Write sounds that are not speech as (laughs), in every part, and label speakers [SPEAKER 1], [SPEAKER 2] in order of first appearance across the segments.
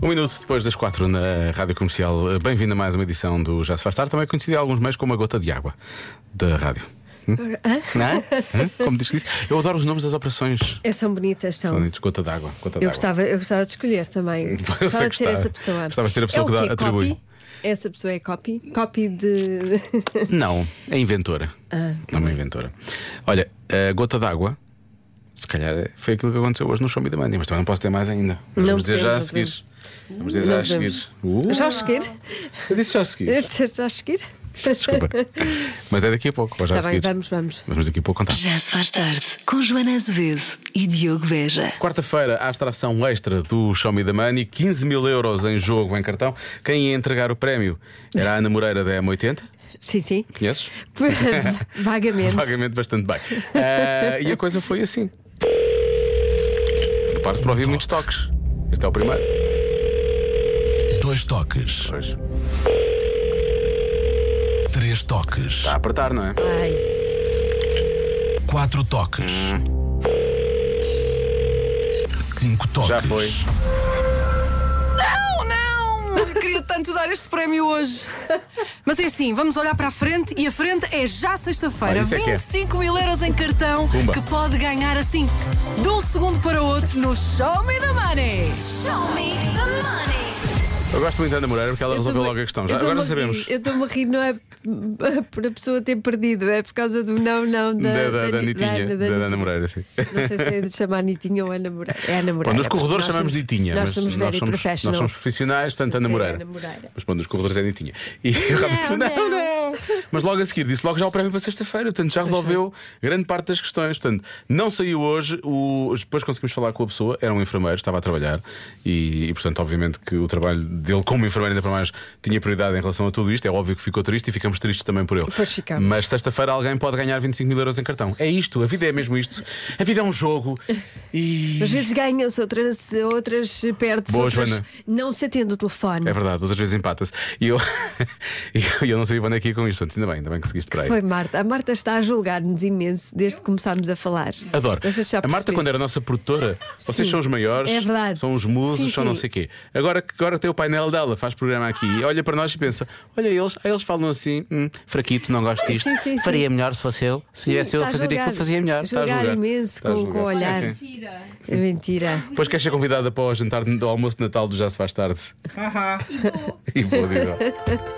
[SPEAKER 1] Um minuto depois das quatro na Rádio Comercial, bem-vindo a mais uma edição do Já Se Faz Tarde, também conhecido em alguns meios como a gota de água da rádio.
[SPEAKER 2] Hã?
[SPEAKER 1] Não é? Hum? Como diz que diz? Eu adoro os nomes das operações.
[SPEAKER 2] É, são bonitas, são.
[SPEAKER 1] Bonitos, Gota d'água. Gota
[SPEAKER 2] Eu
[SPEAKER 1] d'água.
[SPEAKER 2] gostava, eu gostava de escolher
[SPEAKER 1] (laughs)
[SPEAKER 2] também.
[SPEAKER 1] sei que
[SPEAKER 2] Gostava de ser
[SPEAKER 1] gostava.
[SPEAKER 2] essa pessoa.
[SPEAKER 1] Gostava de ser a pessoa
[SPEAKER 2] é
[SPEAKER 1] que dá-
[SPEAKER 2] o quê?
[SPEAKER 1] atribui.
[SPEAKER 2] Copy? Essa pessoa é copy? Copy de.
[SPEAKER 1] Não, é inventora.
[SPEAKER 2] Ah,
[SPEAKER 1] Não é uma inventora. Olha, a gota d'água, se calhar foi aquilo que aconteceu hoje no show Me da Mania, mas também não posso ter mais ainda.
[SPEAKER 2] Não
[SPEAKER 1] Mas vamos dizer já a
[SPEAKER 2] podemos,
[SPEAKER 1] seguir. Vamos dizer
[SPEAKER 2] Não
[SPEAKER 1] já a
[SPEAKER 2] podemos.
[SPEAKER 1] seguir.
[SPEAKER 3] Ah.
[SPEAKER 1] Uh,
[SPEAKER 2] Já a seguir?
[SPEAKER 1] Eu disse já
[SPEAKER 2] (laughs)
[SPEAKER 1] a seguir.
[SPEAKER 2] Disseste já a seguir?
[SPEAKER 1] Desculpa. Mas é daqui a pouco, ou já a
[SPEAKER 2] Está Tá bem,
[SPEAKER 1] seguir.
[SPEAKER 2] vamos, vamos.
[SPEAKER 1] Vamos daqui a pouco contar.
[SPEAKER 4] Já se faz tarde com Joana Azevedo e Diogo Beja.
[SPEAKER 1] Quarta-feira há a extração extra do Show Me the Money, 15 mil euros em jogo em cartão. Quem ia entregar o prémio era a Ana Moreira da M80,
[SPEAKER 2] Sim, sim. (laughs)
[SPEAKER 1] conheces?
[SPEAKER 2] Vagamente.
[SPEAKER 1] Vagamente bastante (laughs) bem. Ah, e a coisa foi assim. Prepare-se para ouvir muitos toques. Este é o primeiro.
[SPEAKER 5] Dois toques,
[SPEAKER 1] Pois. Está
[SPEAKER 5] três toques,
[SPEAKER 1] a apertar, não é?
[SPEAKER 2] Ai,
[SPEAKER 5] quatro toques, cinco toques.
[SPEAKER 1] Já foi.
[SPEAKER 3] Não, não! Eu queria tanto dar este prémio hoje. Mas é assim, vamos olhar para a frente e a frente é já
[SPEAKER 1] Olha,
[SPEAKER 3] sexta-feira.
[SPEAKER 1] isso é que é.
[SPEAKER 3] 25 mil euros em cartão
[SPEAKER 1] Pumba.
[SPEAKER 3] que pode ganhar assim, de um segundo para o outro, no Show Me the Money.
[SPEAKER 1] Eu gosto muito da Ana Moreira porque ela resolveu logo a questão. Já,
[SPEAKER 2] Eu estou-me
[SPEAKER 1] agora
[SPEAKER 2] a rir,
[SPEAKER 1] sabemos.
[SPEAKER 2] Eu estou-me a rir, não é por a pessoa ter perdido, é por causa do não, não da,
[SPEAKER 1] Da, da, da Anitinha,
[SPEAKER 2] Ana-
[SPEAKER 1] da, Ana Moreira, sim.
[SPEAKER 2] Não sei se é de chamar Nitinha ou Ana Moreira. É Ana Moreira.
[SPEAKER 1] Bom, nos corredores
[SPEAKER 2] Nós
[SPEAKER 1] chamamos de
[SPEAKER 2] somos-
[SPEAKER 1] Nitinha,
[SPEAKER 2] Nós
[SPEAKER 1] mas
[SPEAKER 2] somos
[SPEAKER 1] nós
[SPEAKER 2] very
[SPEAKER 1] somos, nós
[SPEAKER 2] professionals.
[SPEAKER 1] somos profissionais, portanto, Ana
[SPEAKER 2] Sim,
[SPEAKER 1] Moreira.
[SPEAKER 2] Ana Moreira.
[SPEAKER 1] Mas bom, nos corredores é Nitinha. E realmente tu, não, não. Mas logo a seguir disse logo já o prémio para sexta-feira, portanto já resolveu grande parte das questões. Portanto, não saiu hoje, o- depois conseguimos falar com a pessoa, era um enfermeiro, estava a trabalhar e, e, portanto, obviamente que o trabalho dele como enfermeiro, ainda para mais, tinha prioridade em relação a tudo isto. É óbvio que ficou triste e ficamos tristes também por ele.
[SPEAKER 2] Pois ficamos.
[SPEAKER 1] Mas sexta-feira alguém pode ganhar 25 mil euros em cartão. É isto, a vida é mesmo isto. A vida é
[SPEAKER 2] (laughs)
[SPEAKER 1] um jogo e.
[SPEAKER 2] Às vezes ganham-se, outras, outras perde-se,
[SPEAKER 1] Boa,
[SPEAKER 2] outras
[SPEAKER 1] Joana.
[SPEAKER 2] não se atende o telefone.
[SPEAKER 1] É verdade, outras vezes empata-se. E eu, (laughs) e eu, eu não sabia onde é que ia com isto. Portanto, ainda bem, ainda bem que seguiste para aí.
[SPEAKER 2] Foi Marta. A Marta está a julgar-nos imenso desde que começámos a falar.
[SPEAKER 1] Adoro.
[SPEAKER 2] Não sei se já
[SPEAKER 1] A Marta,
[SPEAKER 2] percebeste.
[SPEAKER 1] quando era nossa produtora, vocês
[SPEAKER 2] Sim.
[SPEAKER 1] são os maiores,
[SPEAKER 2] É verdade.
[SPEAKER 1] são os musos,
[SPEAKER 2] Sim,
[SPEAKER 1] são não
[SPEAKER 2] sim.
[SPEAKER 1] sei o quê. Agora, que- agora tem o painel dela, faz programa aqui, olha para nós e pensa: olha, eles, ah, eles falam assim, hum, fraquito, não gosto
[SPEAKER 2] Sim,
[SPEAKER 1] disto.
[SPEAKER 2] sim, sim.
[SPEAKER 6] Faria melhor se fosse eu. Se
[SPEAKER 2] Sim,
[SPEAKER 6] tivesse eu a
[SPEAKER 2] está
[SPEAKER 6] fazer
[SPEAKER 2] julgar.
[SPEAKER 6] aquilo, fazia melhor.
[SPEAKER 1] Está tá a
[SPEAKER 2] Julgar
[SPEAKER 1] julgar.
[SPEAKER 2] imenso
[SPEAKER 1] Está a
[SPEAKER 2] com,
[SPEAKER 1] julgar.
[SPEAKER 2] com o olhar. É mentira.
[SPEAKER 1] Depois queres ser convidada para o jantar do almoço de Natal do Já Se Faz Tarde. (laughs) e vou. digo.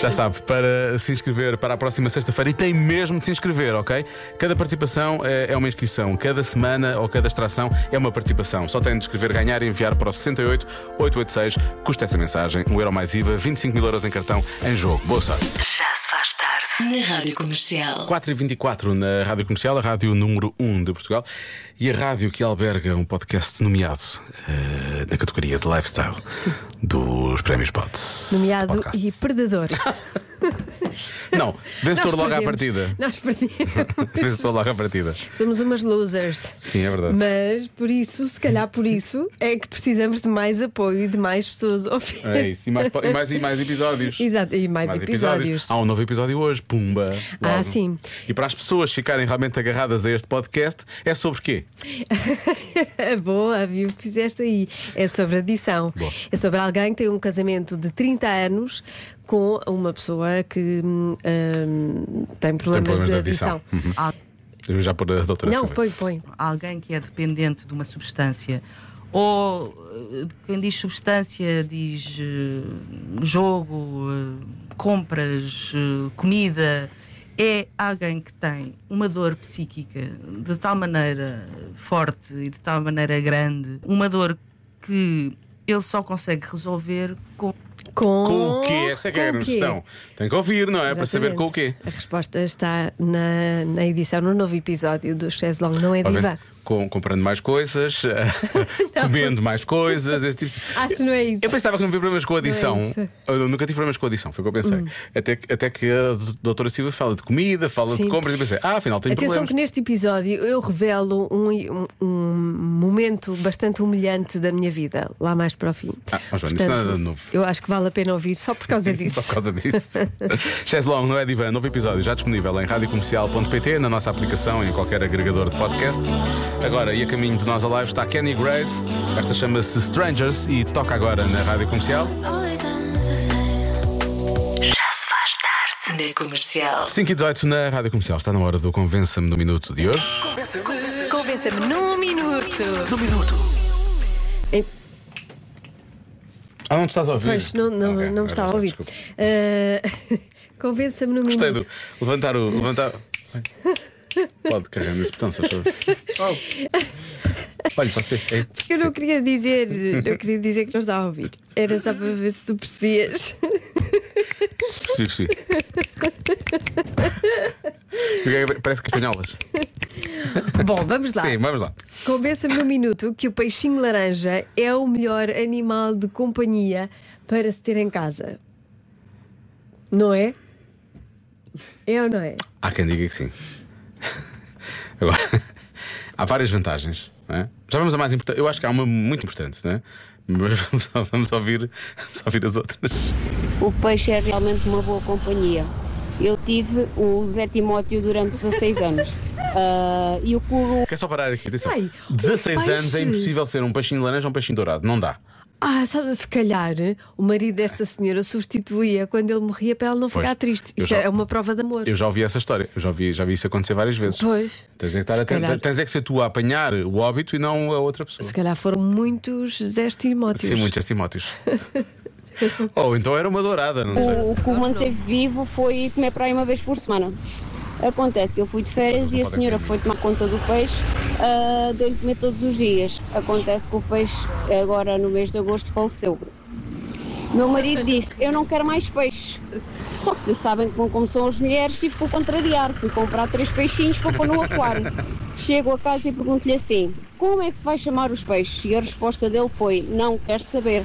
[SPEAKER 1] Já sabe, para se inscrever para a próxima sexta-feira, e tem mesmo de se inscrever, ok? Cada participação eh, é uma inscrição, cada semana ou cada extração é uma participação. Só tem de escrever, ganhar e enviar para o 68 886. Custa essa mensagem, um euro mais IVA, 25 mil euros em cartão em jogo. Boa sorte.
[SPEAKER 4] Já se faz tarde na Rádio Comercial.
[SPEAKER 1] 4h24 na Rádio Comercial, a rádio número 1 de Portugal e a rádio que alberga um podcast nomeado eh, na categoria de lifestyle dos Prémios Pods.
[SPEAKER 2] Nomeado
[SPEAKER 1] Podcasts.
[SPEAKER 2] e (laughs)
[SPEAKER 1] (laughs)
[SPEAKER 2] perdedor.
[SPEAKER 1] Não, vencedor
[SPEAKER 2] Nós
[SPEAKER 1] logo à
[SPEAKER 2] perdemos. (laughs)
[SPEAKER 1] partida.
[SPEAKER 2] Nós
[SPEAKER 1] (laughs)
[SPEAKER 2] perdemos.
[SPEAKER 1] Vencedor logo à partida.
[SPEAKER 2] Somos umas losers.
[SPEAKER 1] Sim, é verdade.
[SPEAKER 2] Mas por isso, se calhar por isso, é que precisamos de mais apoio e de mais pessoas a ouvir.
[SPEAKER 1] É isso, e mais, po- e mais, e mais episódios.
[SPEAKER 2] Exato, e mais, episódios. (laughs)
[SPEAKER 1] Há um novo episódio hoje, pumba.
[SPEAKER 2] Ah,
[SPEAKER 1] logo.
[SPEAKER 2] sim.
[SPEAKER 1] E para as pessoas ficarem realmente agarradas a este podcast, é sobre quê?
[SPEAKER 2] Ah, Boa, viu o que fizeste aí. É sobre adição.
[SPEAKER 1] Boa.
[SPEAKER 2] É sobre alguém que tem um casamento de 30 anos com uma pessoa que hum, hum, tem, problemas
[SPEAKER 1] problemas de
[SPEAKER 2] de
[SPEAKER 1] adição.
[SPEAKER 2] adição.
[SPEAKER 7] Al-
[SPEAKER 1] Eu já por a doutora
[SPEAKER 2] Ah. Não,
[SPEAKER 1] saber.
[SPEAKER 2] põe, põe.
[SPEAKER 7] alguém que é dependente de uma substância ou eh, quem diz substância diz eh, jogo, eh, compras, eh, comida. É alguém que tem uma dor psíquica de tal maneira forte e de tal maneira grande, uma dor que ele só consegue resolver com
[SPEAKER 2] Com,
[SPEAKER 1] Com o quê? Essa é que é a
[SPEAKER 2] com o
[SPEAKER 1] grande
[SPEAKER 2] quê?
[SPEAKER 1] questão. Tem que ouvir, não é? Para saber
[SPEAKER 2] Exatamente.
[SPEAKER 1] com o quê.
[SPEAKER 2] A resposta está na, na edição, no novo episódio do Chess Long, não é Diva?
[SPEAKER 1] Obviamente, com- comprando mais
[SPEAKER 2] (laughs)
[SPEAKER 1] coisas, (laughs) comendo mais coisas, esse tipo de...
[SPEAKER 2] Acho que não é isso.
[SPEAKER 1] Eu pensava que não havia problemas com a
[SPEAKER 2] Não é
[SPEAKER 1] adição.
[SPEAKER 2] isso. Hum.
[SPEAKER 1] eu nunca tive problemas com a adição, foi o que eu pensei. Até, que- até que a doutora Silva fala de comida, fala de
[SPEAKER 2] Sim.
[SPEAKER 1] compras e pensei, ah, afinal tem
[SPEAKER 2] Atenção
[SPEAKER 1] problemas.
[SPEAKER 2] que neste episódio eu revelo um, um- um momento bastante humilhante da minha vida, lá mais para o fim.
[SPEAKER 1] Ah, ó Joana, isso não é nada de novo.
[SPEAKER 2] Eu acho que vale a pena ouvir só por causa disso.
[SPEAKER 1] (laughs) Só por
[SPEAKER 2] (laughs)
[SPEAKER 1] causa disso. Chess Long, não é divã? Novo episódio já disponível em radiocomercial.pt, na nossa aplicação, em qualquer agregador de podcasts. Agora, e a caminho de nós alive está Kenny Grace. Esta chama-se Strangers e toca agora na rádio comercial.
[SPEAKER 6] Always ends the same.
[SPEAKER 4] Já se faz tarde na comercial.
[SPEAKER 1] 5 e 18 na rádio comercial. Está na hora do Convença-me no Minuto de hoje.
[SPEAKER 2] Convença-me num minuto.
[SPEAKER 1] Ah, não te estás a ouvir?
[SPEAKER 2] Pois, não, não,
[SPEAKER 1] Ok,
[SPEAKER 2] não me estava a ouvir.
[SPEAKER 1] desculpa.
[SPEAKER 2] Ah, (laughs) Convença-me num
[SPEAKER 1] Gostei
[SPEAKER 2] minuto.
[SPEAKER 1] do. Levantar
[SPEAKER 2] (laughs)
[SPEAKER 1] o. Levantar. Pode carregar nesse botão, só favor.
[SPEAKER 2] Oh.
[SPEAKER 1] Olha, você. É,
[SPEAKER 2] Eu não queria dizer, não queria dizer que não estava a ouvir. Era só para ver se tu
[SPEAKER 1] (laughs)
[SPEAKER 2] percebias.
[SPEAKER 1] percebi, percebi.
[SPEAKER 2] (laughs)
[SPEAKER 1] O que é que- Parece castanholas.
[SPEAKER 2] Bom, vamos lá.
[SPEAKER 1] Sim, vamos lá.
[SPEAKER 2] Convença-me num minuto que o peixinho laranja é o melhor animal de companhia para se ter em casa. Não é? É ou não é?
[SPEAKER 1] Há quem diga que sim. Agora, há várias vantagens. Não é? Já vamos a mais importante. Eu acho que há uma muito importante, não é? Mas vamos, vamos, ouvir, vamos ouvir as outras.
[SPEAKER 8] O peixe é realmente uma boa companhia. Eu tive o Zé Timóteo durante 16 anos. Ah, e o Cubo
[SPEAKER 1] Quer É só parar aqui? Atenção.
[SPEAKER 2] Ai, um
[SPEAKER 1] 16 anos é
[SPEAKER 2] peixe.
[SPEAKER 1] impossível ser um peixinho de laranja ou um peixinho dourado. Não dá.
[SPEAKER 2] Ah, sabes, se calhar o marido desta senhora substituía quando ele morria para ela não
[SPEAKER 1] Pois,
[SPEAKER 2] ficar triste.
[SPEAKER 1] eu
[SPEAKER 2] Isso
[SPEAKER 1] já-
[SPEAKER 2] é uma prova de amor.
[SPEAKER 1] Eu já ouvi essa história. Eu já ouvi, já vi isso acontecer várias vezes.
[SPEAKER 2] Pois.
[SPEAKER 1] Tens é, que estar
[SPEAKER 2] Se
[SPEAKER 1] atento.
[SPEAKER 2] calhar.
[SPEAKER 1] Tens é que ser tu a apanhar o óbito e não a outra pessoa.
[SPEAKER 2] Se calhar foram muitos Zé Timóteos.
[SPEAKER 1] Sim, muitos
[SPEAKER 2] (laughs)
[SPEAKER 1] estimótios. ou então era uma dourada, não sei.
[SPEAKER 8] o que o manteve vivo foi comer praia uma vez por semana. Acontece que eu fui de férias e a senhora foi tomar conta do peixe, ah, deu-lhe de comer todos os dias. Acontece que o peixe, agora no mês de agosto, faleceu. Meu marido disse: Eu não quero mais peixe. Só que sabem como, como são as mulheres, tive que o contrariar. Fui comprar três peixinhos para pôr no aquário. Chego a casa e pergunto-lhe assim: Como é que se vai chamar os peixes? E a resposta dele foi: Não quero saber.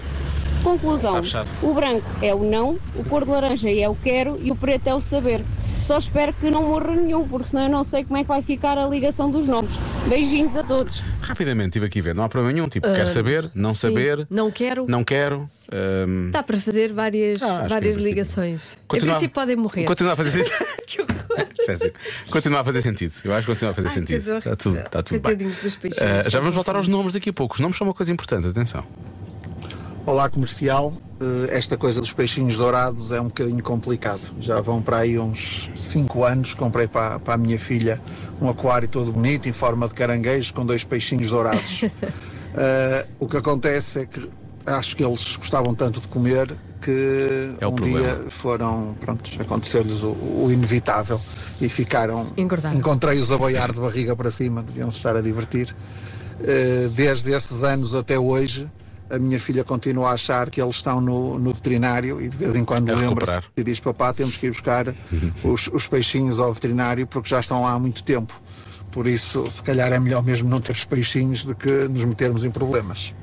[SPEAKER 8] Conclusão:
[SPEAKER 1] Está fechado.
[SPEAKER 8] O branco é o não, o cor de laranja é o quero e o preto é o saber. Só espero que não morra nenhum, porque senão eu não sei como é que vai ficar a ligação dos nomes. Beijinhos a todos.
[SPEAKER 1] Rapidamente estive aqui a ver. Não há problema nenhum. Tipo, quero saber, não
[SPEAKER 2] Ah, sim.
[SPEAKER 1] saber.
[SPEAKER 2] Não quero.
[SPEAKER 1] Não quero. hum,
[SPEAKER 2] Dá para fazer várias,
[SPEAKER 1] Ah, acho que
[SPEAKER 2] várias
[SPEAKER 1] em princípio.
[SPEAKER 2] ligações.
[SPEAKER 1] Continua-
[SPEAKER 2] Em princípio podem morrer.
[SPEAKER 1] Continua a fazer sentido.
[SPEAKER 2] (laughs)
[SPEAKER 1] (laughs) Péssimo. continua a fazer sentido. Eu acho que continua a fazer
[SPEAKER 2] Ai, que
[SPEAKER 1] sentido.
[SPEAKER 2] dor.
[SPEAKER 1] Está tudo, está tudo bem.
[SPEAKER 2] Coitadinhos dos peixinhos.
[SPEAKER 1] Ah, já vamos voltar aos nomes daqui a pouco. Os nomes são uma coisa importante, atenção.
[SPEAKER 9] Olá comercial, Eh, esta coisa dos peixinhos dourados é um bocadinho complicado. Já vão para aí uns 5 anos, comprei para, para a minha filha um aquário todo bonito em forma de caranguejo com dois peixinhos dourados. Eh, o que acontece é que acho que eles gostavam tanto de comer que
[SPEAKER 1] É o
[SPEAKER 9] um
[SPEAKER 1] problema.
[SPEAKER 9] dia foram, pronto, aconteceu-lhes o, o inevitável e ficaram
[SPEAKER 2] Engordaram.
[SPEAKER 9] Encontrei-os a boiar de barriga para cima, deviam-se estar a divertir. Eh, Desde esses anos até hoje, a minha filha continua a achar que eles estão no, no veterinário e de vez em quando
[SPEAKER 1] A
[SPEAKER 9] lembra-se
[SPEAKER 1] recuperar. Uhum.
[SPEAKER 9] e diz: Papá, temos que ir buscar os, os peixinhos ao veterinário porque já estão lá há muito tempo. Por isso, se calhar é melhor mesmo não ter os peixinhos do que nos metermos em problemas.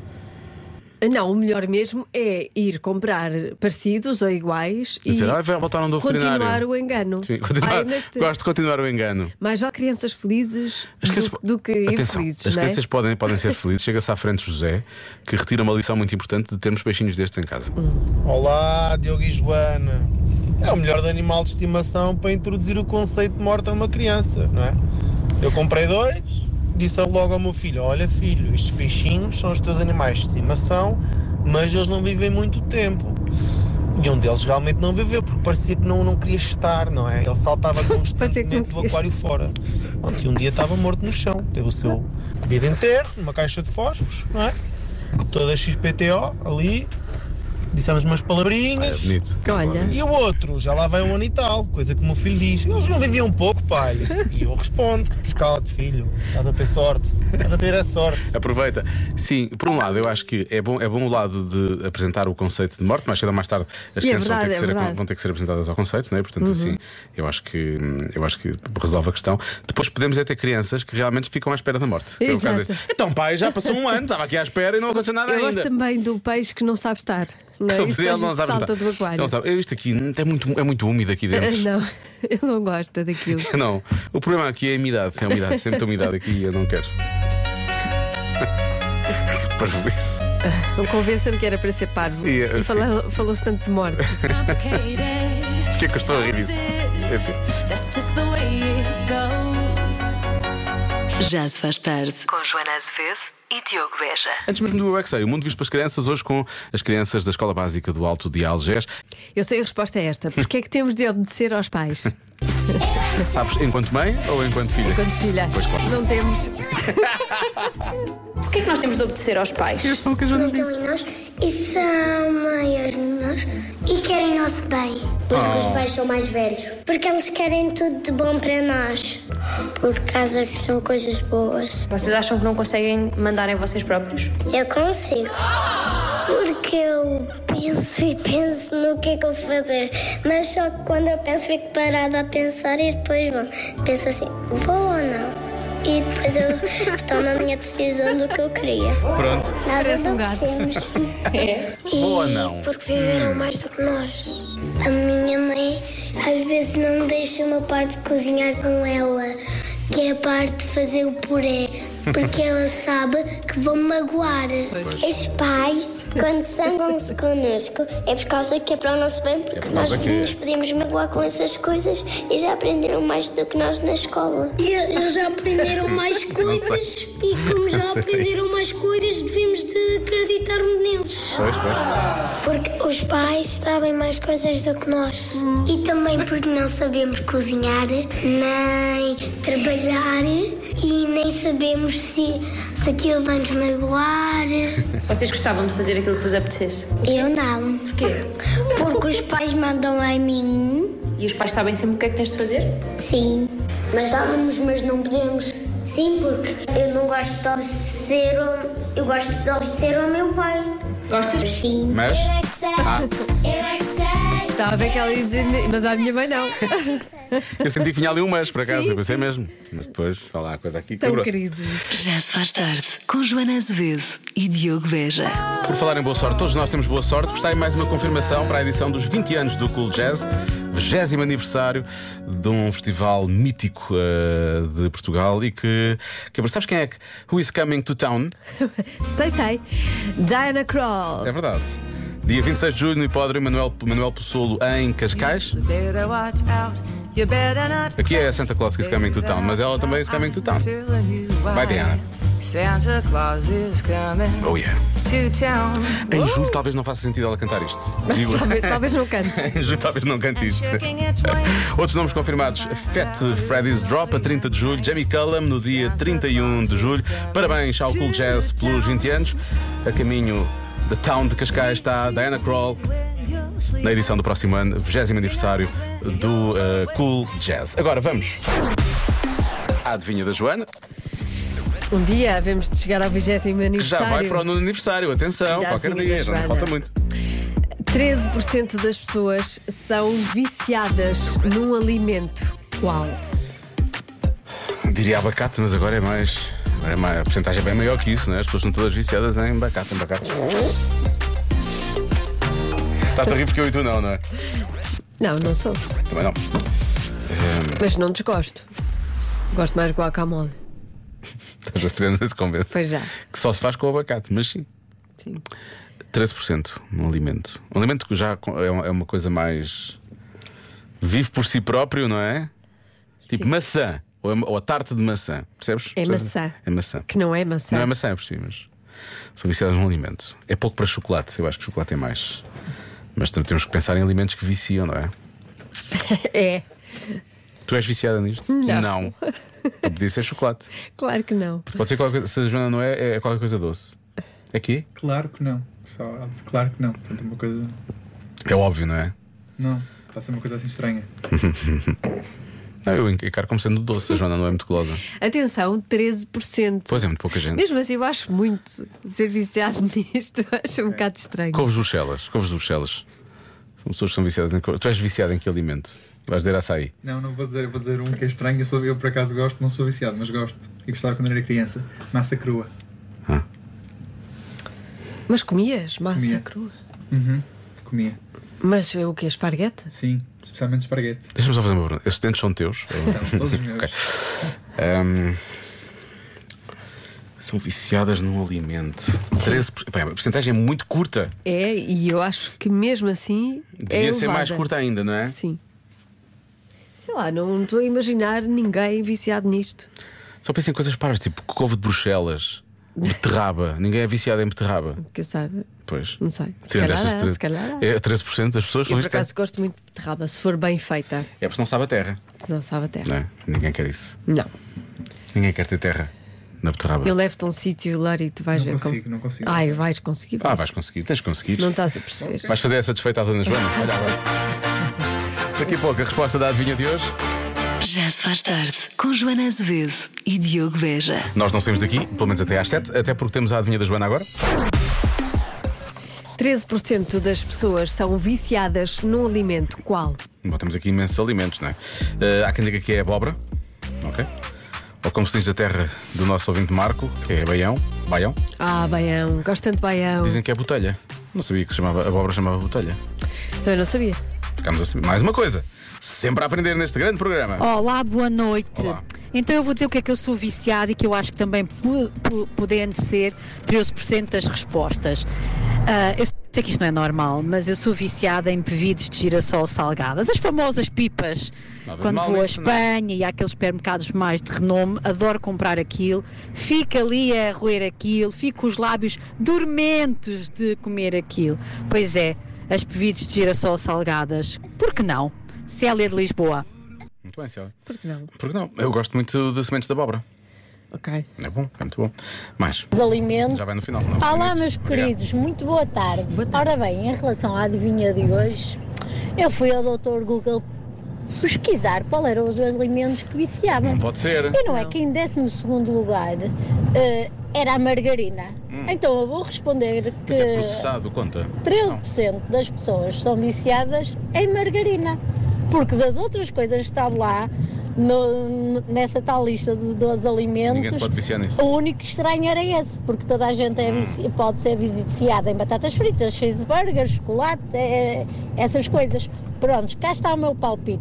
[SPEAKER 2] Não, o melhor mesmo é ir comprar parecidos ou iguais e
[SPEAKER 1] dizer, "Ah, vai- voltaram do veterinário."
[SPEAKER 2] continuar o engano.
[SPEAKER 1] Sim, continuar-
[SPEAKER 2] Ai, mas te-
[SPEAKER 1] Gosto de continuar o engano.
[SPEAKER 2] Mais vale crianças felizes
[SPEAKER 1] As
[SPEAKER 2] do,
[SPEAKER 1] crianças-
[SPEAKER 2] do que
[SPEAKER 1] Atenção,
[SPEAKER 2] infelizes.
[SPEAKER 1] As
[SPEAKER 2] não é?
[SPEAKER 1] crianças podem, podem ser felizes. Chega-se à frente José, que retira uma lição muito importante de termos peixinhos destes em casa.
[SPEAKER 10] Olá, Diogo e Joana. É o melhor de animal de estimação para introduzir o conceito de morte a uma criança, não é? Eu comprei dois, disse logo ao meu filho: Olha, filho, estes peixinhos são os teus animais de estimação, mas eles não vivem muito tempo. E um deles realmente não viveu, porque parecia que não, não queria estar, não é? Ele saltava
[SPEAKER 2] não
[SPEAKER 10] constantemente do
[SPEAKER 2] queria
[SPEAKER 10] aquário fora. Ontem um dia estava morto no chão, teve o seu vida enterro, numa caixa de fósforos, não é? Toda XPTO ali, dissemos umas
[SPEAKER 1] É
[SPEAKER 10] palavrinhas.
[SPEAKER 1] bonito.
[SPEAKER 2] Olha.
[SPEAKER 10] E o outro, já lá vai um ano e tal, coisa que o meu filho diz. Eles não viviam pouco, pai. E eu respondo: escala-te, filho, estás a ter sorte, estás a ter a sorte.
[SPEAKER 1] Aproveita. Sim, por um lado, eu acho que é bom, é bom o lado de apresentar o conceito de morte, mais cedo ou mais tarde as
[SPEAKER 2] E é
[SPEAKER 1] crianças vão,
[SPEAKER 2] verdade,
[SPEAKER 1] ter que
[SPEAKER 2] é
[SPEAKER 1] ser,
[SPEAKER 2] verdade. Uhum.
[SPEAKER 1] vão ter que ser apresentadas ao conceito, não é? Portanto, assim, eu acho, que, eu acho que resolve a questão. Depois podemos é ter crianças que realmente ficam à espera da morte. que é o caso
[SPEAKER 2] Exato.
[SPEAKER 1] deste. Então, pai, já passou um ano, estava aqui à espera e não aconteceu nada
[SPEAKER 2] Eu
[SPEAKER 1] ainda.
[SPEAKER 2] gosto também do peixe que não sabe estar.
[SPEAKER 1] (laughs)
[SPEAKER 2] Não é?
[SPEAKER 1] Ele
[SPEAKER 2] Isso aí
[SPEAKER 1] não sabe
[SPEAKER 2] salta
[SPEAKER 1] nadar.
[SPEAKER 2] do aquário.
[SPEAKER 1] Ele não sabe. Eu, isto aqui é muito, é muito úmido aqui
[SPEAKER 2] Ah,
[SPEAKER 1] dentro.
[SPEAKER 2] (laughs) Não, ele não gosta daquilo.
[SPEAKER 1] (laughs) Não, o problema aqui é a umidade. É a umidade, sempre tem umidade aqui e eu não quero. (laughs) Para isso.
[SPEAKER 2] Não convença-me que era para ser parvo.
[SPEAKER 1] E,
[SPEAKER 2] E,
[SPEAKER 1] eh,
[SPEAKER 2] fala- falou-se tanto de morte.
[SPEAKER 1] O que é que eu estou a rir disso?
[SPEAKER 6] That's just the way it goes.
[SPEAKER 4] Já se faz tarde. Com Joana Azevedo e Diogo Beja.
[SPEAKER 1] Antes mesmo do UXA, o mundo visto para as crianças, hoje com as crianças da Escola Básica do Alto de Algés.
[SPEAKER 2] Eu sei a resposta a esta. Porquê é que temos de obedecer aos pais?
[SPEAKER 1] Sabes, enquanto mãe ou enquanto filha?
[SPEAKER 2] Enquanto filha.
[SPEAKER 1] Pois claro.
[SPEAKER 2] Não temos.
[SPEAKER 11] Porquê é que nós temos de obedecer aos pais?
[SPEAKER 1] Eu sou o que a Joana disse.
[SPEAKER 12] Acreditam em nós e são maiores de nós e querem nosso bem. Porque os pais são mais velhos. Porque eles querem tudo de bom para nós. Por causa que são coisas boas.
[SPEAKER 11] Vocês acham que não conseguem mandar em vocês próprios?
[SPEAKER 12] Eu consigo. Porque eu penso e penso no que é que eu vou fazer. Mas só que quando eu penso, fico parada a pensar e depois bom, penso assim: vou ou não? E depois eu tomo a minha decisão do que eu queria.
[SPEAKER 1] Pronto.
[SPEAKER 12] Nós
[SPEAKER 2] Parece um gato.
[SPEAKER 12] adormecemos.
[SPEAKER 1] Boa não. Hum.
[SPEAKER 12] Porque viveram mais do que nós. A minha mãe às vezes não deixa uma parte de cozinhar com ela, que é a parte de fazer o puré, porque
[SPEAKER 1] (laughs)
[SPEAKER 12] ela sabe que vão magoar. Os pais, quando
[SPEAKER 1] (laughs)
[SPEAKER 12] zangam-se connosco, é por causa que é para o nosso bem, porque
[SPEAKER 1] por
[SPEAKER 12] nós
[SPEAKER 1] causa que é.
[SPEAKER 12] nos podemos magoar com essas coisas e já aprenderam mais do que nós na escola. Eles já aprenderam mais coisas e
[SPEAKER 1] (laughs)
[SPEAKER 12] como
[SPEAKER 1] já Não sei se é aprenderam
[SPEAKER 12] mais coisas, devemos de acreditar neles.
[SPEAKER 1] Pois, pois.
[SPEAKER 12] Porque os pais sabem mais coisas do que nós. E também porque não sabemos cozinhar, nem trabalhar e nem sabemos se, se aquilo vai nos magoar.
[SPEAKER 11] Vocês gostavam de fazer aquilo que vos apetecesse?
[SPEAKER 12] Eu não. Porquê? Porque os pais mandam a mim.
[SPEAKER 11] E os pais sabem sempre o que é que tens de fazer?
[SPEAKER 12] Sim. Mas estávamos, mas não podemos. Sim, porque eu não gosto de obedecer ao, eu gosto de obedecer ao meu pai.
[SPEAKER 11] Gostas?
[SPEAKER 12] Sim.
[SPEAKER 1] Mas-
[SPEAKER 12] Eu é que sei. Eu é que sei.
[SPEAKER 2] Estava a ver que ela ia dizer, mas à minha mãe não.
[SPEAKER 1] Eu senti que vinha ali umas, por acaso, eu pensei mesmo. Mas depois, vá lá a coisa aqui.
[SPEAKER 2] Tão
[SPEAKER 1] quebrou-se.
[SPEAKER 2] querido.
[SPEAKER 4] Já se faz tarde. Com Joana Azevedo e Diogo Beja.
[SPEAKER 1] Por falar em boa sorte, todos nós temos boa sorte, porque está aí mais uma confirmação para a edição dos 20 anos do Cool Jazz, 20 aniversário de um festival mítico eh, de Portugal e que. que sabes quem é que? Who is coming to town?
[SPEAKER 2] Sei, sei. Diana Krall.
[SPEAKER 1] É verdade. Dia 26 de julho no Hipódromo Manuel, Manuel Possolo em Cascais.
[SPEAKER 7] Better watch out, you better not
[SPEAKER 1] Aqui é a Santa Claus que is coming to town, mas ela também is coming to town.
[SPEAKER 7] telling you why.
[SPEAKER 1] Vai, Diana.
[SPEAKER 7] Santa Claus is coming
[SPEAKER 1] Oh yeah.
[SPEAKER 7] to town.
[SPEAKER 1] Em julho talvez não faça sentido ela cantar isto. Digo.
[SPEAKER 2] Talvez, talvez não cante.
[SPEAKER 1] (laughs) Em julho talvez não cante isto.
[SPEAKER 7] Checking it twice.
[SPEAKER 1] Outros nomes confirmados: Fat Freddy's Drop a 30 de julho, Jamie Cullum no dia 31 de julho. Parabéns ao Cool Jazz pelos 20 anos. A caminho da Town de Cascais está Diana Krall na edição do próximo ano, 20 aniversário do eh, Cool Jazz. Agora vamos à adivinha da Joana,
[SPEAKER 2] Um dia vemos de chegar ao 20 aniversário.
[SPEAKER 1] que já vai para o nono aniversário. Atenção,
[SPEAKER 2] Da
[SPEAKER 1] qualquer
[SPEAKER 2] adivinha da
[SPEAKER 1] dia, já não
[SPEAKER 2] Joana.
[SPEAKER 1] falta muito.
[SPEAKER 2] 13% das pessoas são viciadas num alimento. Uau!
[SPEAKER 1] Diria abacate, mas agora é mais. agora É mais a porcentagem é bem maior que isso, né? As pessoas estão todas viciadas em abacate, em abacate. Estás a rir porque eu e tu não, não é?
[SPEAKER 2] Não, não sou.
[SPEAKER 1] Também não.
[SPEAKER 2] Mas não desgosto. Gosto mais de guacamole.
[SPEAKER 1] Estás a fazer se convence.
[SPEAKER 2] Pois já.
[SPEAKER 1] Que só se faz com abacate, mas sim.
[SPEAKER 2] Sim.
[SPEAKER 1] 13% no alimento. Um alimento que já co- é uma- é uma coisa mais. vive por si próprio, não é? Tipo
[SPEAKER 2] Sim.
[SPEAKER 1] maçã. Ou, é ma- ou a tarte de maçã. Percebes?
[SPEAKER 2] É
[SPEAKER 1] Percebes?
[SPEAKER 2] maçã.
[SPEAKER 1] É maçã.
[SPEAKER 2] Que não é maçã.
[SPEAKER 1] Não é maçã, é por si, mas são viciados num alimento. É pouco para chocolate, eu acho que chocolate é mais. Mas tam- temos que pensar em alimentos que viciam, não é?
[SPEAKER 2] É,
[SPEAKER 1] Tu és viciada nisto?
[SPEAKER 2] Não.
[SPEAKER 1] Então Podia ser chocolate.
[SPEAKER 2] claro que não.
[SPEAKER 1] Pode ser qualquer coisa. Se a Joana não é, é qualquer coisa doce. É Aqui?
[SPEAKER 13] Claro que não. Só ela disse claro que não. Portanto, uma coisa.
[SPEAKER 1] É óbvio, não é?
[SPEAKER 13] Não, passa uma coisa assim estranha.
[SPEAKER 1] Não, eu encaro como sendo doce, a Joana não é muito golosa.
[SPEAKER 2] Atenção, 13%.
[SPEAKER 1] Pois é, muito pouca gente.
[SPEAKER 2] Mesmo assim, eu acho muito ser viciado (laughs) nisto. Acho um bocado estranho.
[SPEAKER 1] Couves de Bruxelas, couves de Bruxelas. São pessoas que são viciadas em. couve- Tu és viciada em que alimento? Vais dizer açaí.
[SPEAKER 13] Não, não vou dizer, vou dizer um que é estranho. Eu, sou, eu por acaso gosto, não sou viciado, mas gosto. E gostava quando era criança. Massa crua.
[SPEAKER 2] Mas comias massa
[SPEAKER 13] Comia.
[SPEAKER 2] crua?
[SPEAKER 13] Uhum. Comia.
[SPEAKER 2] Mas o que? Esparguete?
[SPEAKER 13] Sim, especialmente esparguete.
[SPEAKER 1] Deixa-me só fazer uma pergunta. Estes dentes
[SPEAKER 2] (laughs)
[SPEAKER 1] são teus?
[SPEAKER 14] (laughs)
[SPEAKER 13] São todos meus.
[SPEAKER 1] Ahm, são viciadas num alimento. 13%. Bem, a porcentagem é muito curta.
[SPEAKER 2] É, e eu acho que mesmo assim. é
[SPEAKER 1] Devia ser
[SPEAKER 2] elevada.
[SPEAKER 1] mais curta ainda, não é?
[SPEAKER 2] Sim. Sei lá, não estou a imaginar ninguém viciado nisto.
[SPEAKER 1] Só penso em coisas paras, tipo couve de Bruxelas,
[SPEAKER 2] (laughs)
[SPEAKER 1] beterraba. Ninguém é viciado em beterraba.
[SPEAKER 2] Que eu saiba.
[SPEAKER 1] Pois.
[SPEAKER 2] Não sei. Se
[SPEAKER 1] Tirando
[SPEAKER 2] calhar
[SPEAKER 1] estas
[SPEAKER 2] há,
[SPEAKER 1] tre-
[SPEAKER 2] se calhar há.
[SPEAKER 1] É 13% das pessoas
[SPEAKER 2] Eu
[SPEAKER 1] não
[SPEAKER 2] por
[SPEAKER 1] isto é.
[SPEAKER 2] acaso gosto muito de beterraba, se for bem feita.
[SPEAKER 1] É porque não sabe a terra.
[SPEAKER 2] Se não sabe a
[SPEAKER 1] Não
[SPEAKER 2] terra.
[SPEAKER 1] é? Ninguém quer isso.
[SPEAKER 2] Não.
[SPEAKER 1] Ninguém quer ter terra na beterraba.
[SPEAKER 2] Eu levo-te a um sítio lá e tu vais
[SPEAKER 1] Não
[SPEAKER 2] ver
[SPEAKER 1] consigo,
[SPEAKER 2] como.
[SPEAKER 1] não consigo.
[SPEAKER 2] Ai, vais conseguir.
[SPEAKER 1] Ah, vais conseguir, tens conseguido.
[SPEAKER 2] Não estás a perceber.
[SPEAKER 1] Vais fazer essa desfeita
[SPEAKER 2] (laughs)
[SPEAKER 1] à Dona Joana? Olha agora. Daqui a pouco a resposta da adivinha de hoje.
[SPEAKER 4] Já se faz tarde com Joana Azevedo e Diogo Veja.
[SPEAKER 1] Nós não saímos daqui, pelo menos até às 7, até porque temos a adivinha da Joana agora.
[SPEAKER 2] 13% das pessoas são viciadas num alimento. Qual?
[SPEAKER 1] Bom, temos aqui imensos alimentos, não é? Eh, há quem diga que é abóbora, ok? Ou como se diz da terra do nosso ouvinte Marco, que é baião, baião.
[SPEAKER 2] Ah, baião. Gosto tanto de baião.
[SPEAKER 1] Dizem que é botelha. Não sabia que se chamava, abóbora chamava botelha.
[SPEAKER 2] Também não sabia.
[SPEAKER 1] Ficámos a saber. Mais uma coisa, sempre a aprender neste grande programa.
[SPEAKER 7] Oh.
[SPEAKER 15] Olá, boa noite.
[SPEAKER 1] Olá.
[SPEAKER 15] Então eu vou dizer o que é que eu sou viciada e que eu acho que também pu- pu- podendo ser 13% das respostas. Ah, eu sei que isto não é normal, mas eu sou viciada em bebidas de girassol salgadas, as famosas pipas.
[SPEAKER 16] Nada de
[SPEAKER 15] Quando
[SPEAKER 16] mal
[SPEAKER 15] vou à
[SPEAKER 16] nisso, não é?
[SPEAKER 15] Espanha e há aqueles supermercados mais de renome, adoro comprar aquilo, fico ali a roer aquilo, fico com os lábios dormentes de comer aquilo. Pois é, as bebidas de girassol salgadas, por que não? Célia de Lisboa.
[SPEAKER 1] Muito bem, Célia.
[SPEAKER 2] Porque não?
[SPEAKER 1] Porque não? Eu gosto muito de sementes de abóbora.
[SPEAKER 2] Ok.
[SPEAKER 1] É bom, é muito bom. Mais.
[SPEAKER 17] Os alimentos.
[SPEAKER 1] Já vai no final. Não,
[SPEAKER 17] Olá,
[SPEAKER 1] Nisso.
[SPEAKER 17] meus
[SPEAKER 1] Obrigado.
[SPEAKER 17] queridos, muito boa tarde. Ora bem, em relação à adivinha de hoje, eu fui ao Dr. Google pesquisar qual eram os alimentos que viciavam.
[SPEAKER 1] Não pode ser.
[SPEAKER 17] E não é que em 12 lugar eh, era a margarina. Então eu vou responder que
[SPEAKER 1] Mas Hum. é processado, conta.
[SPEAKER 17] 13% das pessoas são viciadas em margarina. Porque das outras coisas que estão lá, no- nessa tal lista de, dos alimentos.
[SPEAKER 1] Ninguém se pode viciar nisso.
[SPEAKER 17] O único estranho era esse, porque toda a gente é vici- pode ser viciada em batatas fritas, cheeseburgers, chocolate, eh, essas coisas. Prontos, cá está o meu palpite.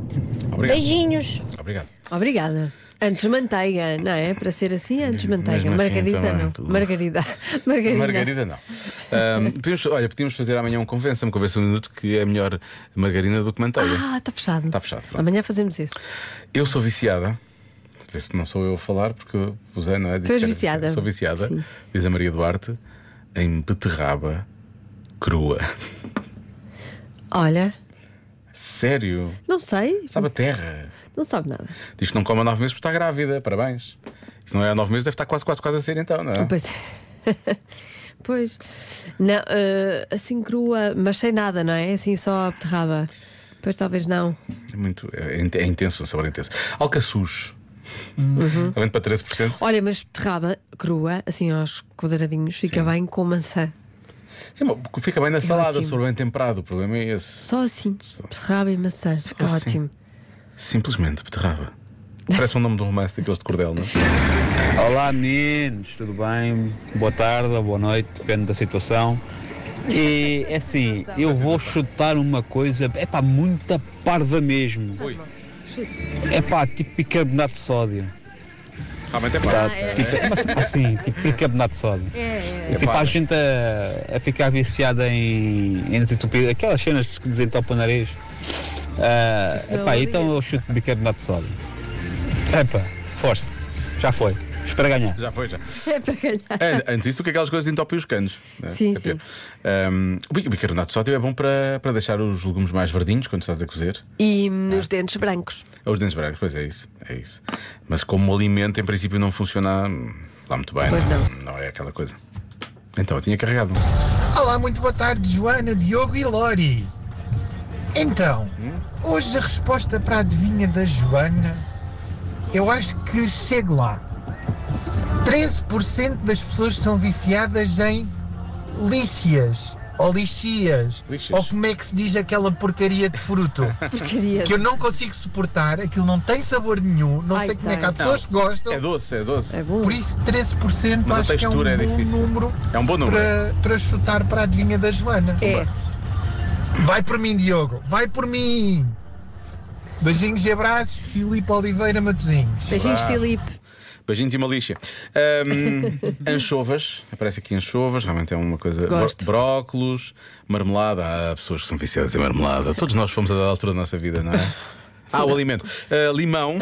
[SPEAKER 1] Obrigado.
[SPEAKER 17] Beijinhos.
[SPEAKER 1] Obrigado.
[SPEAKER 2] Obrigada. Antes manteiga, não é? Para ser assim, antes manteiga.
[SPEAKER 1] mesmo assim,
[SPEAKER 2] Margarida
[SPEAKER 1] também,
[SPEAKER 2] não.
[SPEAKER 1] tudo.
[SPEAKER 2] Margarida. (laughs) Margarida.
[SPEAKER 1] Margarida não. Ahm, podíamos- olha, podíamos fazer amanhã um convença-me, convença um minuto que é melhor margarina do que manteiga.
[SPEAKER 2] Ah, está fechado.
[SPEAKER 1] Está Tá fechado. pronto.
[SPEAKER 2] Amanhã fazemos esse.
[SPEAKER 1] Eu sou viciada. Vê se não sou eu a falar, porque o Zé não é
[SPEAKER 2] Tu
[SPEAKER 1] Disse
[SPEAKER 2] és
[SPEAKER 1] que era
[SPEAKER 2] viciada.
[SPEAKER 1] Sou viciada,
[SPEAKER 2] Sim.
[SPEAKER 1] diz a Maria Duarte, em beterraba crua.
[SPEAKER 2] Olha,
[SPEAKER 1] Sério?
[SPEAKER 2] não sei.
[SPEAKER 1] Sabe a terra.
[SPEAKER 2] Não sabe nada.
[SPEAKER 1] Diz que não come há nove meses porque está grávida. Parabéns. Se não é há nove meses, deve estar quase, quase, quase a ser então, não é?
[SPEAKER 2] Pois (laughs) é. Pois. Não, eh, assim crua, mas sem nada, não é? Assim só a beterraba. Pois talvez não.
[SPEAKER 1] É muito. É, é intenso, um sabor intenso. Alcaçuz.
[SPEAKER 2] Uhum.
[SPEAKER 1] Aumento para 13%.
[SPEAKER 2] Olha, mas beterraba crua, assim aos quadradinhos, fica bem com maçã.
[SPEAKER 1] Sim, bom, fica bem na salada,
[SPEAKER 2] É ótimo.
[SPEAKER 1] se for bem temperado. O problema é esse.
[SPEAKER 2] Só assim, beterraba e maçã, fica
[SPEAKER 1] assim.
[SPEAKER 2] ótimo.
[SPEAKER 1] Simplesmente beterraba. Parece um nome de um romance daqueles de cordel, não é?
[SPEAKER 14] Olá meninos, tudo bem? Boa tarde, boa noite, depende da situação. E é assim, eu vou chutar uma coisa, é pá, muita parva mesmo. É pá, tipo bicarbonato de sódio.
[SPEAKER 1] Realmente é
[SPEAKER 14] Tá,
[SPEAKER 2] Ah,
[SPEAKER 1] parva.
[SPEAKER 14] tipo, é, mas, assim, tipo bicarbonato de sódio.
[SPEAKER 1] É,
[SPEAKER 14] E, tipo, há gente a, a ficar viciada em, em desentupir, aquelas cenas que desentopam o nariz. Ah,
[SPEAKER 18] não é
[SPEAKER 14] epá,
[SPEAKER 18] um
[SPEAKER 14] então eu chuto bicarbonato de sódio. Epá, força, já foi. Espera ganhar.
[SPEAKER 1] Já foi, já.
[SPEAKER 2] (laughs) É para ganhar.
[SPEAKER 1] An- Antes disso, o que é aquelas coisas entopem os canos. né?
[SPEAKER 2] Sim,
[SPEAKER 1] É pior. Um, o bic- o bicarbonato de sódio é bom para, para deixar os legumes mais verdinhos quando estás a cozer.
[SPEAKER 2] E hum, os dentes brancos.
[SPEAKER 1] Ou os dentes brancos, pois é isso, é isso. Mas como alimento, em princípio, não funciona hum, lá muito bem.
[SPEAKER 2] Pois
[SPEAKER 1] não. é aquela coisa. Então, eu tinha carregado.
[SPEAKER 19] Olá, muito boa tarde, Joana, Diogo e Lori. Então, hoje a resposta para a adivinha da Joana, eu acho que chego lá. 13% das pessoas são viciadas em lixias. Ou lixias, Ou como é que se diz aquela porcaria
[SPEAKER 1] (laughs)
[SPEAKER 19] de fruto?
[SPEAKER 2] Porcaria.
[SPEAKER 19] Que eu não consigo suportar, aquilo não tem sabor nenhum, não
[SPEAKER 2] Ai,
[SPEAKER 19] sei como é que há
[SPEAKER 1] Não,
[SPEAKER 19] pessoas que gostam.
[SPEAKER 1] É doce, é doce. É
[SPEAKER 2] bom.
[SPEAKER 19] Por isso 13%
[SPEAKER 1] Mas a
[SPEAKER 19] acho que é um
[SPEAKER 1] textura é
[SPEAKER 19] bom
[SPEAKER 1] difícil.
[SPEAKER 19] número
[SPEAKER 1] É um bom número.
[SPEAKER 19] para, para chutar para a adivinha da Joana.
[SPEAKER 2] É.
[SPEAKER 19] Vai por mim, Diogo. Vai por mim. Beijinhos e abraços, Filipe Oliveira Matosinhos.
[SPEAKER 1] Beijinhos, Bravo. Filipe. Beijinhos e malícia. Ahm,
[SPEAKER 2] (laughs)
[SPEAKER 1] anchovas, aparece aqui anchovas, realmente é uma coisa.
[SPEAKER 2] Gosto. (laughs)
[SPEAKER 1] brócolos, marmelada. Há pessoas que são viciadas em marmelada. Todos nós fomos a dada altura da nossa vida, não é? Ah, o alimento. Ah, limão.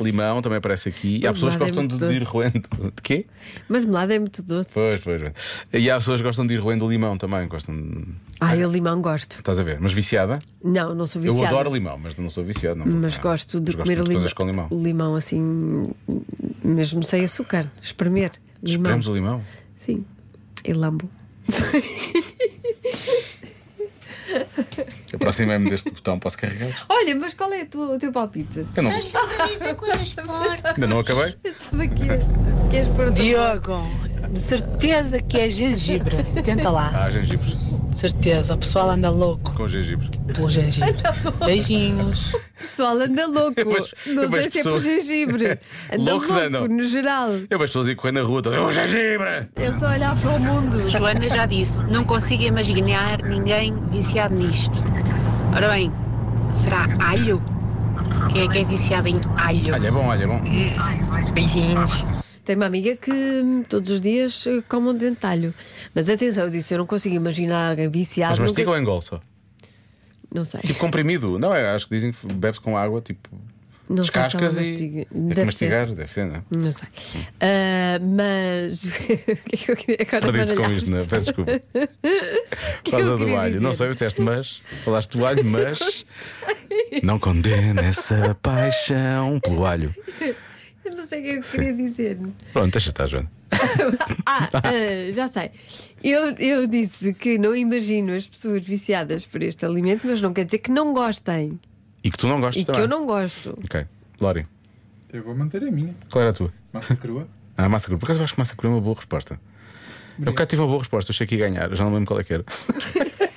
[SPEAKER 1] Limão também aparece aqui. E há pessoas que
[SPEAKER 2] Marmelada é
[SPEAKER 1] gostam de,
[SPEAKER 2] muito
[SPEAKER 1] de ir
[SPEAKER 2] doce.
[SPEAKER 1] roendo. De quê?
[SPEAKER 2] Marmelada é muito doce.
[SPEAKER 1] Pois, pois, pois. E há pessoas que gostam de ir roendo o limão também. Gostam de-
[SPEAKER 2] Ah, eu limão gosto.
[SPEAKER 1] Estás a ver? Mas viciada?
[SPEAKER 2] Não, não sou viciada.
[SPEAKER 1] é. Eu adoro limão, mas não sou viciado. Não.
[SPEAKER 2] Mas gosto de
[SPEAKER 1] Mas gosto
[SPEAKER 2] comer
[SPEAKER 1] muito de coisas
[SPEAKER 2] limão,
[SPEAKER 1] com limão.
[SPEAKER 2] assim, mesmo sem açúcar. Espremer. Limão.
[SPEAKER 1] Espremos o limão.
[SPEAKER 2] Sim. E lambo.
[SPEAKER 1] Aproximei-me deste botão, posso carregar?
[SPEAKER 2] Olha, mas qual é a tua- o teu palpite?
[SPEAKER 1] Eu não-
[SPEAKER 2] Sabes que eu disse coisas fortes.
[SPEAKER 1] Ainda não acabei?
[SPEAKER 2] Pensava que queres pôr
[SPEAKER 16] Diogo, de certeza que é gengibre. Tenta lá.
[SPEAKER 1] Ah, gengibres.
[SPEAKER 16] De certeza, o pessoal anda louco
[SPEAKER 1] Com gengibre.
[SPEAKER 16] pelo gengibre. Beijinhos.
[SPEAKER 2] O pessoal anda
[SPEAKER 1] (laughs)
[SPEAKER 2] louco. não sei
[SPEAKER 1] eu vejo
[SPEAKER 2] se é por
[SPEAKER 1] pessoas- (laughs)
[SPEAKER 2] gengibre. Anda
[SPEAKER 1] Loucos
[SPEAKER 2] louco,
[SPEAKER 1] andam.
[SPEAKER 2] no geral.
[SPEAKER 1] Eu vejo pessoas aí correndo na rua, todas. "Oh, gengibre!
[SPEAKER 2] É só olhar para o mundo.
[SPEAKER 18] Joana já disse, não consigo imaginar ninguém viciado nisto. Ora bem, será alho? Quem é que é viciado em alho?
[SPEAKER 1] Olha, é bom, olha, é
[SPEAKER 2] Ah,
[SPEAKER 1] bom.
[SPEAKER 16] Beijinhos.
[SPEAKER 2] Tenho uma amiga que hum, todos os dias eh, come um dentalho. Mas atenção, eu disse, eu não consigo imaginar alguém viciado.
[SPEAKER 1] Mas
[SPEAKER 2] nunca-
[SPEAKER 1] mastiga ou engole só?
[SPEAKER 2] Não sei.
[SPEAKER 1] Tipo comprimido. Não, é, acho que dizem que bebes com água, tipo.
[SPEAKER 2] Não sei se ela
[SPEAKER 1] descascas e.
[SPEAKER 2] mastiga.
[SPEAKER 1] É que
[SPEAKER 2] Deve ser.
[SPEAKER 1] mastigar, deve ser,
[SPEAKER 2] (laughs)
[SPEAKER 1] não é?
[SPEAKER 2] Não sei. Ah, mas. (laughs) o que é que eu queria agora?
[SPEAKER 1] Perdidos com
[SPEAKER 2] baralhar-me
[SPEAKER 1] isto, não é?
[SPEAKER 2] isto. (laughs)
[SPEAKER 1] Peço desculpa.
[SPEAKER 2] que
[SPEAKER 1] Por causa
[SPEAKER 2] eu
[SPEAKER 1] do
[SPEAKER 2] queria
[SPEAKER 1] alho. Não
[SPEAKER 2] dizer?
[SPEAKER 1] sei, disseste, mas. Falaste do alho, mas.
[SPEAKER 2] (laughs)
[SPEAKER 1] Não condena essa paixão pelo alho.
[SPEAKER 2] Eu não sei o que eu queria
[SPEAKER 1] (laughs)
[SPEAKER 2] dizer.
[SPEAKER 1] Pronto, deixa estar, Joana.
[SPEAKER 2] Ah, ah, já sei. Eu, eu disse que não imagino as pessoas viciadas por este alimento, mas não quer dizer que não gostem.
[SPEAKER 1] E que tu não gostas
[SPEAKER 2] e que
[SPEAKER 1] também.
[SPEAKER 2] eu não gosto.
[SPEAKER 1] Ok. Lori,
[SPEAKER 13] Eu vou manter a minha.
[SPEAKER 1] qual era a tua?
[SPEAKER 13] Massa crua.
[SPEAKER 1] Ah, massa crua. Por acaso eu acho que massa crua é uma boa resposta. Eu cá tive uma boa resposta, eu achei que ia ganhar, já não lembro qual é que era.
[SPEAKER 2] Tá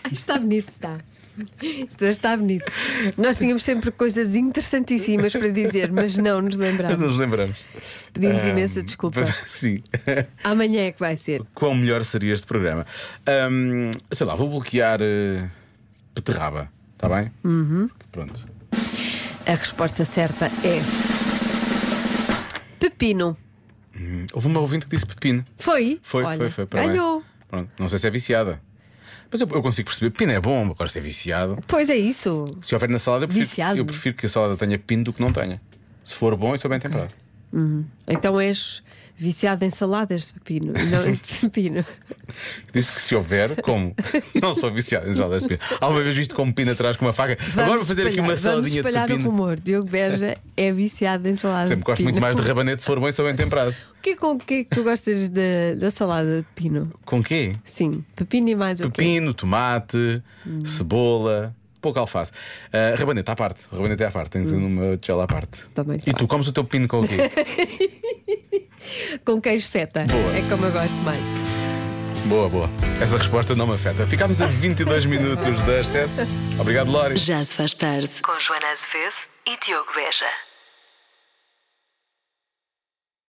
[SPEAKER 2] Ai, (laughs) está bonito, está. Isto hoje está bonito. Nós tínhamos sempre coisas interessantíssimas para dizer, mas não nos
[SPEAKER 1] Mas não
[SPEAKER 2] lembramos.
[SPEAKER 1] nos lembramos.
[SPEAKER 2] Pedimos
[SPEAKER 1] Ahm,
[SPEAKER 2] imensa desculpa.
[SPEAKER 1] (laughs) Sim.
[SPEAKER 2] Amanhã é que vai ser.
[SPEAKER 1] Quão melhor seria este programa? Ahm, sei lá, vou bloquear eh, beterraba, está bem?
[SPEAKER 2] Uhum.
[SPEAKER 1] Pronto.
[SPEAKER 2] A resposta certa é. Pepino.
[SPEAKER 1] Hum, Houve uma ouvinte que disse pepino.
[SPEAKER 2] Foi?
[SPEAKER 1] Foi,
[SPEAKER 2] Olha,
[SPEAKER 1] foi, foi. parabéns.
[SPEAKER 2] Ganhou.
[SPEAKER 1] Pronto, não sei se é viciada. Mas eu, eu consigo perceber, pepino é bom, agora se é viciado.
[SPEAKER 2] Pois é isso.
[SPEAKER 1] Se houver na salada, eu prefiro,
[SPEAKER 2] Viciado.
[SPEAKER 1] eu prefiro que a salada tenha pino do que não tenha. Se for bom e sou bem temperado.
[SPEAKER 2] Uhum. Então és viciado em saladas de pepino. e Não, em pepino.
[SPEAKER 1] Disse que se
[SPEAKER 2] (laughs)
[SPEAKER 1] houver, como? não sou viciado em saladas de pino. Alguma vez visto como pino atrás com uma faca? (laughs) Agora vou fazer aqui uma
[SPEAKER 2] espalhar- vamos
[SPEAKER 1] saladinha de
[SPEAKER 2] espalhar o
[SPEAKER 1] pepino.
[SPEAKER 2] rumor. Diogo Beja é viciado em salada
[SPEAKER 1] Sempre
[SPEAKER 2] de
[SPEAKER 1] gosto
[SPEAKER 2] pepino.
[SPEAKER 1] muito mais de rabanete se for bom e sou bem temperado.
[SPEAKER 2] O que, com o que é que tu gostas da, da salada de pepino?
[SPEAKER 1] Com quê?
[SPEAKER 2] Sim, pepino e mais o quê? Hum.
[SPEAKER 1] Pepino, tomate, cebola, pouco alface. Ah, rabanete à parte. Rabanete é à parte. Tem que ser
[SPEAKER 2] Hum.
[SPEAKER 1] numa tigela à parte. e tu comes o teu pepino com
[SPEAKER 2] (laughs)
[SPEAKER 1] o quê?
[SPEAKER 2] Com queijo feta. É como eu gosto mais.
[SPEAKER 1] boa, boa. Essa resposta não me afeta. Ficámos a
[SPEAKER 2] (laughs)
[SPEAKER 1] 22 minutos das 7. Obrigado, Lori.
[SPEAKER 4] Já se faz tarde com Joana Azevedo e Diogo Beja.